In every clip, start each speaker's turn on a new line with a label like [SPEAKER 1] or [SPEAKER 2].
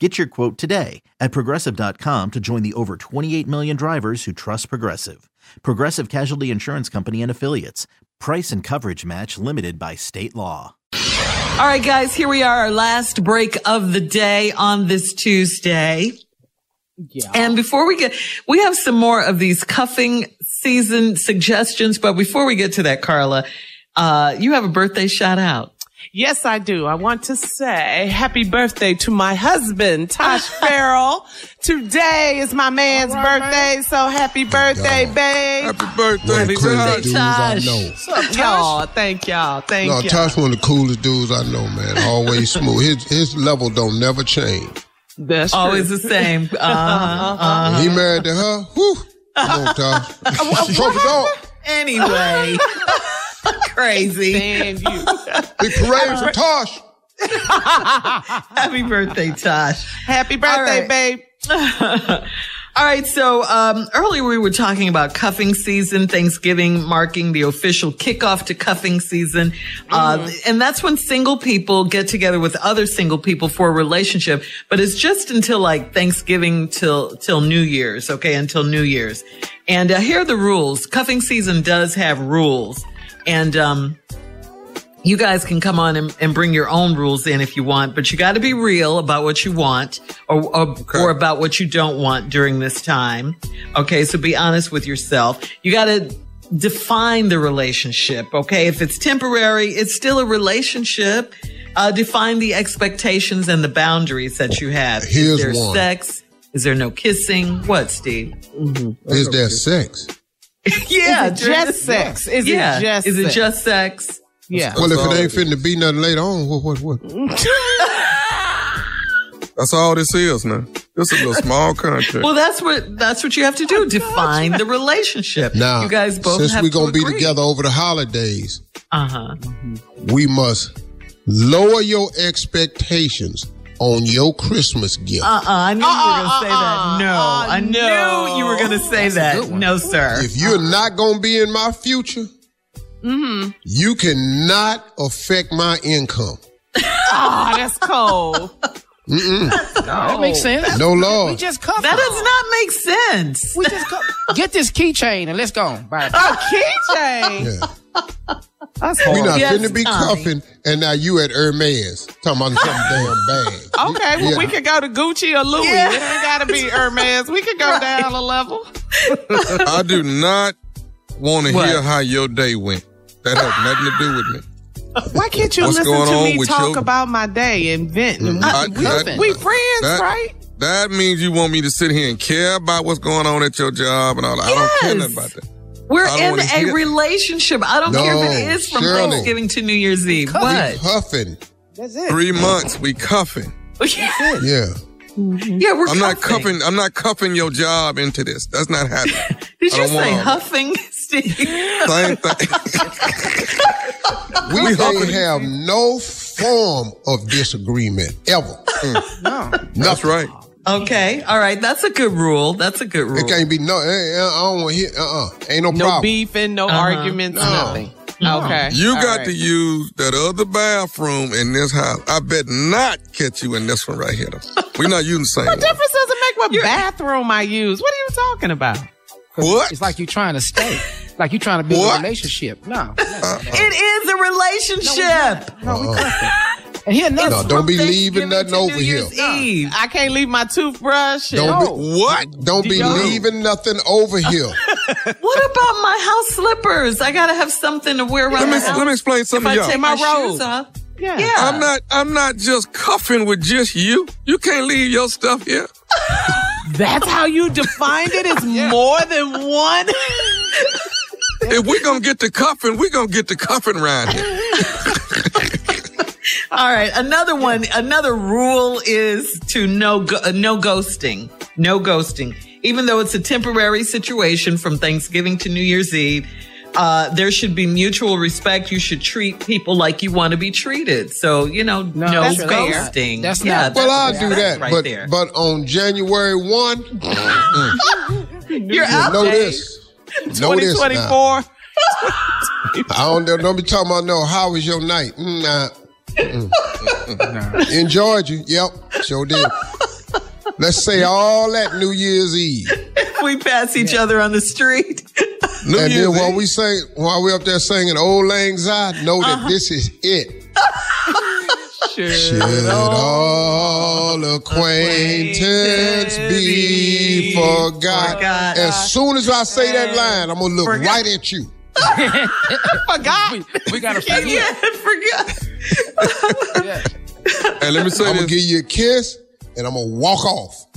[SPEAKER 1] Get your quote today at progressive.com to join the over 28 million drivers who trust Progressive. Progressive Casualty Insurance Company and Affiliates. Price and coverage match limited by state law.
[SPEAKER 2] All right, guys, here we are, our last break of the day on this Tuesday.
[SPEAKER 3] Yeah.
[SPEAKER 2] And before we get, we have some more of these cuffing season suggestions. But before we get to that, Carla, uh, you have a birthday shout out.
[SPEAKER 3] Yes, I do. I want to say happy birthday to my husband, Tosh Farrell. Today is my man's birthday, so happy birthday,
[SPEAKER 4] God.
[SPEAKER 3] babe.
[SPEAKER 5] Happy birthday,
[SPEAKER 4] One of the coolest
[SPEAKER 5] Tosh.
[SPEAKER 4] dudes I
[SPEAKER 2] Tosh.
[SPEAKER 4] know.
[SPEAKER 2] Y'all, thank y'all, thank
[SPEAKER 4] No,
[SPEAKER 2] y'all.
[SPEAKER 4] Tosh one of the coolest dudes I know, man. Always smooth. His his level don't never change.
[SPEAKER 3] That's true.
[SPEAKER 2] Always the same. Uh-huh, uh-huh.
[SPEAKER 4] When he married to her, whew. Come on, Tosh. Trophy dog.
[SPEAKER 2] Anyway, crazy.
[SPEAKER 3] And you.
[SPEAKER 4] Big parade for Tosh.
[SPEAKER 2] Happy birthday, Tosh.
[SPEAKER 3] Happy birthday,
[SPEAKER 2] right.
[SPEAKER 3] babe.
[SPEAKER 2] All right, so um, earlier we were talking about cuffing season, Thanksgiving marking the official kickoff to cuffing season. Uh, and that's when single people get together with other single people for a relationship, but it's just until like Thanksgiving till, till New Year's, okay, until New Year's. And uh, here are the rules. Cuffing season does have rules. And, um, you guys can come on and, and bring your own rules in if you want, but you got to be real about what you want or, or, or about what you don't want during this time. Okay. So be honest with yourself. You got to define the relationship. Okay. If it's temporary, it's still a relationship. Uh, define the expectations and the boundaries that you have.
[SPEAKER 4] Here's
[SPEAKER 2] Is there
[SPEAKER 4] one.
[SPEAKER 2] sex? Is there no kissing? What, Steve?
[SPEAKER 4] Is there sex?
[SPEAKER 2] yeah.
[SPEAKER 3] Is it
[SPEAKER 2] during
[SPEAKER 3] just
[SPEAKER 2] this-
[SPEAKER 3] sex? Is
[SPEAKER 2] yeah.
[SPEAKER 3] it just
[SPEAKER 2] Is it
[SPEAKER 3] sex?
[SPEAKER 2] just sex?
[SPEAKER 3] Yeah.
[SPEAKER 4] Well, if it ain't fitting to be nothing later on, what, what, what?
[SPEAKER 5] That's all this is, man. This is a little small country.
[SPEAKER 2] Well, that's what that's what you have to do. Define the relationship.
[SPEAKER 4] Now,
[SPEAKER 2] you guys both
[SPEAKER 4] since
[SPEAKER 2] have
[SPEAKER 4] we
[SPEAKER 2] to
[SPEAKER 4] gonna be
[SPEAKER 2] agree.
[SPEAKER 4] together over the holidays,
[SPEAKER 2] Uh-huh.
[SPEAKER 4] we must lower your expectations on your Christmas gift.
[SPEAKER 2] Uh-uh. I knew you were gonna say that. Ah, No,
[SPEAKER 3] uh-uh,
[SPEAKER 2] I
[SPEAKER 3] no.
[SPEAKER 2] knew you were gonna say that. No, sir.
[SPEAKER 4] if you're not gonna be in my future,
[SPEAKER 2] Mm-hmm.
[SPEAKER 4] you cannot affect my income.
[SPEAKER 3] Oh, that's cold.
[SPEAKER 6] That makes sense.
[SPEAKER 4] No law.
[SPEAKER 6] Oh. We just covered.
[SPEAKER 2] That does not make sense.
[SPEAKER 6] we just co- get this keychain and let's go. Bye.
[SPEAKER 3] Keychain.
[SPEAKER 4] yeah.
[SPEAKER 3] That's
[SPEAKER 4] We
[SPEAKER 3] horrible.
[SPEAKER 4] not
[SPEAKER 2] Yes,
[SPEAKER 4] finna be
[SPEAKER 2] Tommy.
[SPEAKER 4] cuffing, and now you at Hermes talking about some damn bag.
[SPEAKER 3] Okay, well,
[SPEAKER 4] Yeah.
[SPEAKER 3] we could go to Gucci or Louis.
[SPEAKER 2] Yeah.
[SPEAKER 3] It ain't got to be Hermes. We could go down a level.
[SPEAKER 5] I do not want to
[SPEAKER 2] What?
[SPEAKER 5] hear how your day went. That has nothing to do with me.
[SPEAKER 3] Why can't you
[SPEAKER 5] What's
[SPEAKER 3] listen
[SPEAKER 5] going
[SPEAKER 3] to
[SPEAKER 5] on
[SPEAKER 3] me
[SPEAKER 5] with
[SPEAKER 3] talk
[SPEAKER 5] your-
[SPEAKER 3] about my day and vent? And
[SPEAKER 5] I-
[SPEAKER 6] nothing.
[SPEAKER 3] we friends,
[SPEAKER 5] that-
[SPEAKER 3] right?
[SPEAKER 5] That means you want me to sit here and care about what's going on at your job and all that. I don't care
[SPEAKER 2] Yes.
[SPEAKER 5] nothing about that.
[SPEAKER 2] We're
[SPEAKER 5] I don't
[SPEAKER 2] in
[SPEAKER 5] wanna
[SPEAKER 2] a
[SPEAKER 5] hear-
[SPEAKER 2] relationship. I don't care if it
[SPEAKER 4] No,
[SPEAKER 2] is from
[SPEAKER 4] Shirley.
[SPEAKER 2] Thanksgiving to New Year's Eve.
[SPEAKER 4] We
[SPEAKER 2] What?
[SPEAKER 4] cuffing.
[SPEAKER 5] Three months, we cuffing.
[SPEAKER 2] yeah,
[SPEAKER 4] Yeah.
[SPEAKER 2] we're
[SPEAKER 5] I'm not
[SPEAKER 2] cuffing.
[SPEAKER 5] cuffing. I'm not cuffing your job into this. That's not happening.
[SPEAKER 2] Did
[SPEAKER 5] I
[SPEAKER 2] you
[SPEAKER 5] don't want
[SPEAKER 2] say
[SPEAKER 5] all that.
[SPEAKER 2] huffing, Steve?
[SPEAKER 5] Same thing.
[SPEAKER 4] We, can't have no form of disagreement ever.
[SPEAKER 5] That's right.
[SPEAKER 2] okay. All right. That's a good rule. That's a good rule.
[SPEAKER 4] It can't be no. eh, eh, I don't want to hear. Uh uh Ain't no,
[SPEAKER 3] No
[SPEAKER 4] problem.
[SPEAKER 3] beef and no arguments, nothing. Okay.
[SPEAKER 5] You
[SPEAKER 3] all
[SPEAKER 5] got
[SPEAKER 3] right.
[SPEAKER 5] to use that other bathroom in this house. I bet not catch you in this one right here. though. We're not using the same one.
[SPEAKER 3] Difference doesn't make what bathroom I use. What are you talking about?
[SPEAKER 5] What?
[SPEAKER 6] It's like you trying to stay. Like you trying to build
[SPEAKER 5] What?
[SPEAKER 6] a relationship. No. no.
[SPEAKER 2] It is a relationship.
[SPEAKER 6] And he another.
[SPEAKER 4] No, don't be
[SPEAKER 2] From Thanksgiving
[SPEAKER 4] leaving nothing
[SPEAKER 2] to
[SPEAKER 4] over
[SPEAKER 2] New
[SPEAKER 4] here.
[SPEAKER 2] Year's Eve.
[SPEAKER 3] I can't leave my toothbrush. and-
[SPEAKER 4] Don't
[SPEAKER 6] No.
[SPEAKER 4] be
[SPEAKER 5] What?
[SPEAKER 4] don't be
[SPEAKER 3] Yo.
[SPEAKER 4] leaving nothing over here.
[SPEAKER 2] What about my house slippers? I gotta have something to wear
[SPEAKER 5] Let
[SPEAKER 2] around
[SPEAKER 5] me
[SPEAKER 2] the house.
[SPEAKER 5] let me explain
[SPEAKER 2] if
[SPEAKER 5] something
[SPEAKER 2] I
[SPEAKER 5] to y'all.
[SPEAKER 2] take my,
[SPEAKER 3] My
[SPEAKER 2] shoes
[SPEAKER 3] robe.
[SPEAKER 2] off.
[SPEAKER 3] yeah.
[SPEAKER 2] Yeah.
[SPEAKER 5] I'm not I'm not just cuffing with just you. You can't leave your stuff here.
[SPEAKER 3] That's how you defined it. It's more than one.
[SPEAKER 5] If we're gonna get the cuffing, we're gonna get the cuffing right here.
[SPEAKER 2] All right, another one. Another rule is to no go- uh, no ghosting, no ghosting. Even though it's a temporary situation from Thanksgiving to New Year's Eve, uh, there should be mutual respect. You should treat people like you want to be treated. So you know, no,
[SPEAKER 6] that's fair.
[SPEAKER 2] ghosting.
[SPEAKER 6] That's
[SPEAKER 2] yeah,
[SPEAKER 6] not-
[SPEAKER 4] Well, I'll
[SPEAKER 2] that's-
[SPEAKER 4] do
[SPEAKER 2] that's
[SPEAKER 4] that.
[SPEAKER 2] right
[SPEAKER 4] but
[SPEAKER 2] there.
[SPEAKER 4] but on January one, mm,
[SPEAKER 2] you're out.
[SPEAKER 4] know
[SPEAKER 2] there.
[SPEAKER 4] this. Know this now.
[SPEAKER 3] 2024.
[SPEAKER 4] I don't don't be talking about no. How was your night? Mm, nah. Mm-mm. In Georgia, yep, sure did. Let's say all that New Year's Eve,
[SPEAKER 2] We pass each other on the street.
[SPEAKER 5] New
[SPEAKER 4] and then
[SPEAKER 5] Year's
[SPEAKER 4] while
[SPEAKER 5] Eve.
[SPEAKER 4] we sing, while we up there singing "Old Lang Syne," know that this is it. Should all acquaintance be forgot?
[SPEAKER 2] forgot.
[SPEAKER 4] As soon as I say that line, I'm gonna look
[SPEAKER 2] Forgot.
[SPEAKER 4] right at you.
[SPEAKER 3] Forgot.
[SPEAKER 6] We got a few.
[SPEAKER 2] yeah, I forgot.
[SPEAKER 5] and let me say
[SPEAKER 4] I'm gonna
[SPEAKER 5] this.
[SPEAKER 4] give you a kiss and I'm gonna walk off.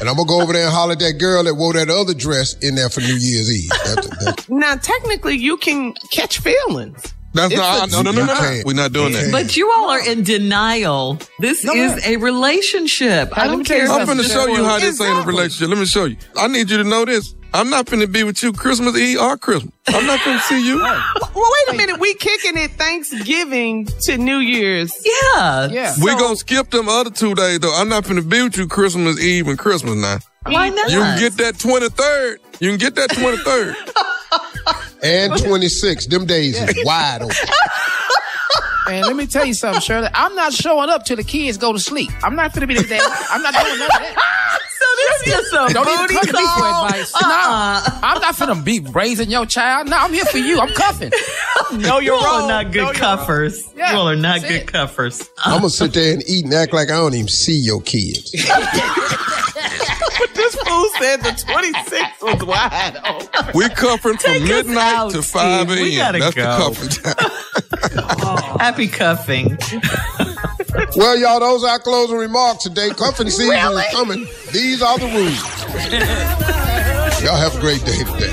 [SPEAKER 4] and I'm gonna go over there and holler at that girl that wore that other dress in there for New Year's Eve. That's, that's,
[SPEAKER 3] Now, technically, you can catch feelings.
[SPEAKER 5] That's not no no no no. no.
[SPEAKER 4] Okay.
[SPEAKER 5] We're not doing that.
[SPEAKER 2] But you all are in denial. This is a relationship. I
[SPEAKER 6] let
[SPEAKER 2] don't
[SPEAKER 6] me tell you
[SPEAKER 2] care.
[SPEAKER 5] I'm
[SPEAKER 2] if
[SPEAKER 5] finna
[SPEAKER 2] it's
[SPEAKER 5] show you how this ain't a
[SPEAKER 3] Exactly.
[SPEAKER 5] relationship. Let me show you. I need you to know this. I'm not finna be with you Christmas Eve or Christmas. I'm not finna see you.
[SPEAKER 3] Well, wait a minute. We kicking it Thanksgiving to New Year's.
[SPEAKER 2] Yeah.
[SPEAKER 6] Yeah.
[SPEAKER 5] we gonna skip them other two days though. I'm not finna be with you Christmas Eve and Christmas now.
[SPEAKER 2] Why not?
[SPEAKER 5] You can get that 23rd. You can get that 23rd.
[SPEAKER 4] and 26, them days is wide open.
[SPEAKER 6] And let me tell you something, Shirley. I'm not showing up till the kids go to sleep. I'm not gonna be the dad. I'm not doing none of that.
[SPEAKER 2] So this is a
[SPEAKER 6] Don't even
[SPEAKER 2] booty
[SPEAKER 6] come to me for
[SPEAKER 2] call.
[SPEAKER 6] advice. No, I'm not finna be raising your child. No, I'm here for you. I'm cuffing.
[SPEAKER 2] No, you're all
[SPEAKER 3] wrong.
[SPEAKER 2] are not good
[SPEAKER 3] No, you're
[SPEAKER 2] cuffers.
[SPEAKER 6] Yeah,
[SPEAKER 2] you all are not
[SPEAKER 6] that's
[SPEAKER 2] good
[SPEAKER 6] it.
[SPEAKER 2] cuffers.
[SPEAKER 4] I'm gonna sit there and eat and act like I don't even see your kids.
[SPEAKER 3] This fool said the 26th was wide open.
[SPEAKER 5] We covering from
[SPEAKER 2] us
[SPEAKER 5] midnight
[SPEAKER 2] out,
[SPEAKER 5] to 5
[SPEAKER 2] Steve.
[SPEAKER 5] a.m.
[SPEAKER 2] We gotta
[SPEAKER 5] That's
[SPEAKER 2] go.
[SPEAKER 5] the covering time.
[SPEAKER 2] Happy cuffing.
[SPEAKER 4] Well, y'all, those are our closing remarks today. Comfort season is coming. These are the rules. y'all have a great day today.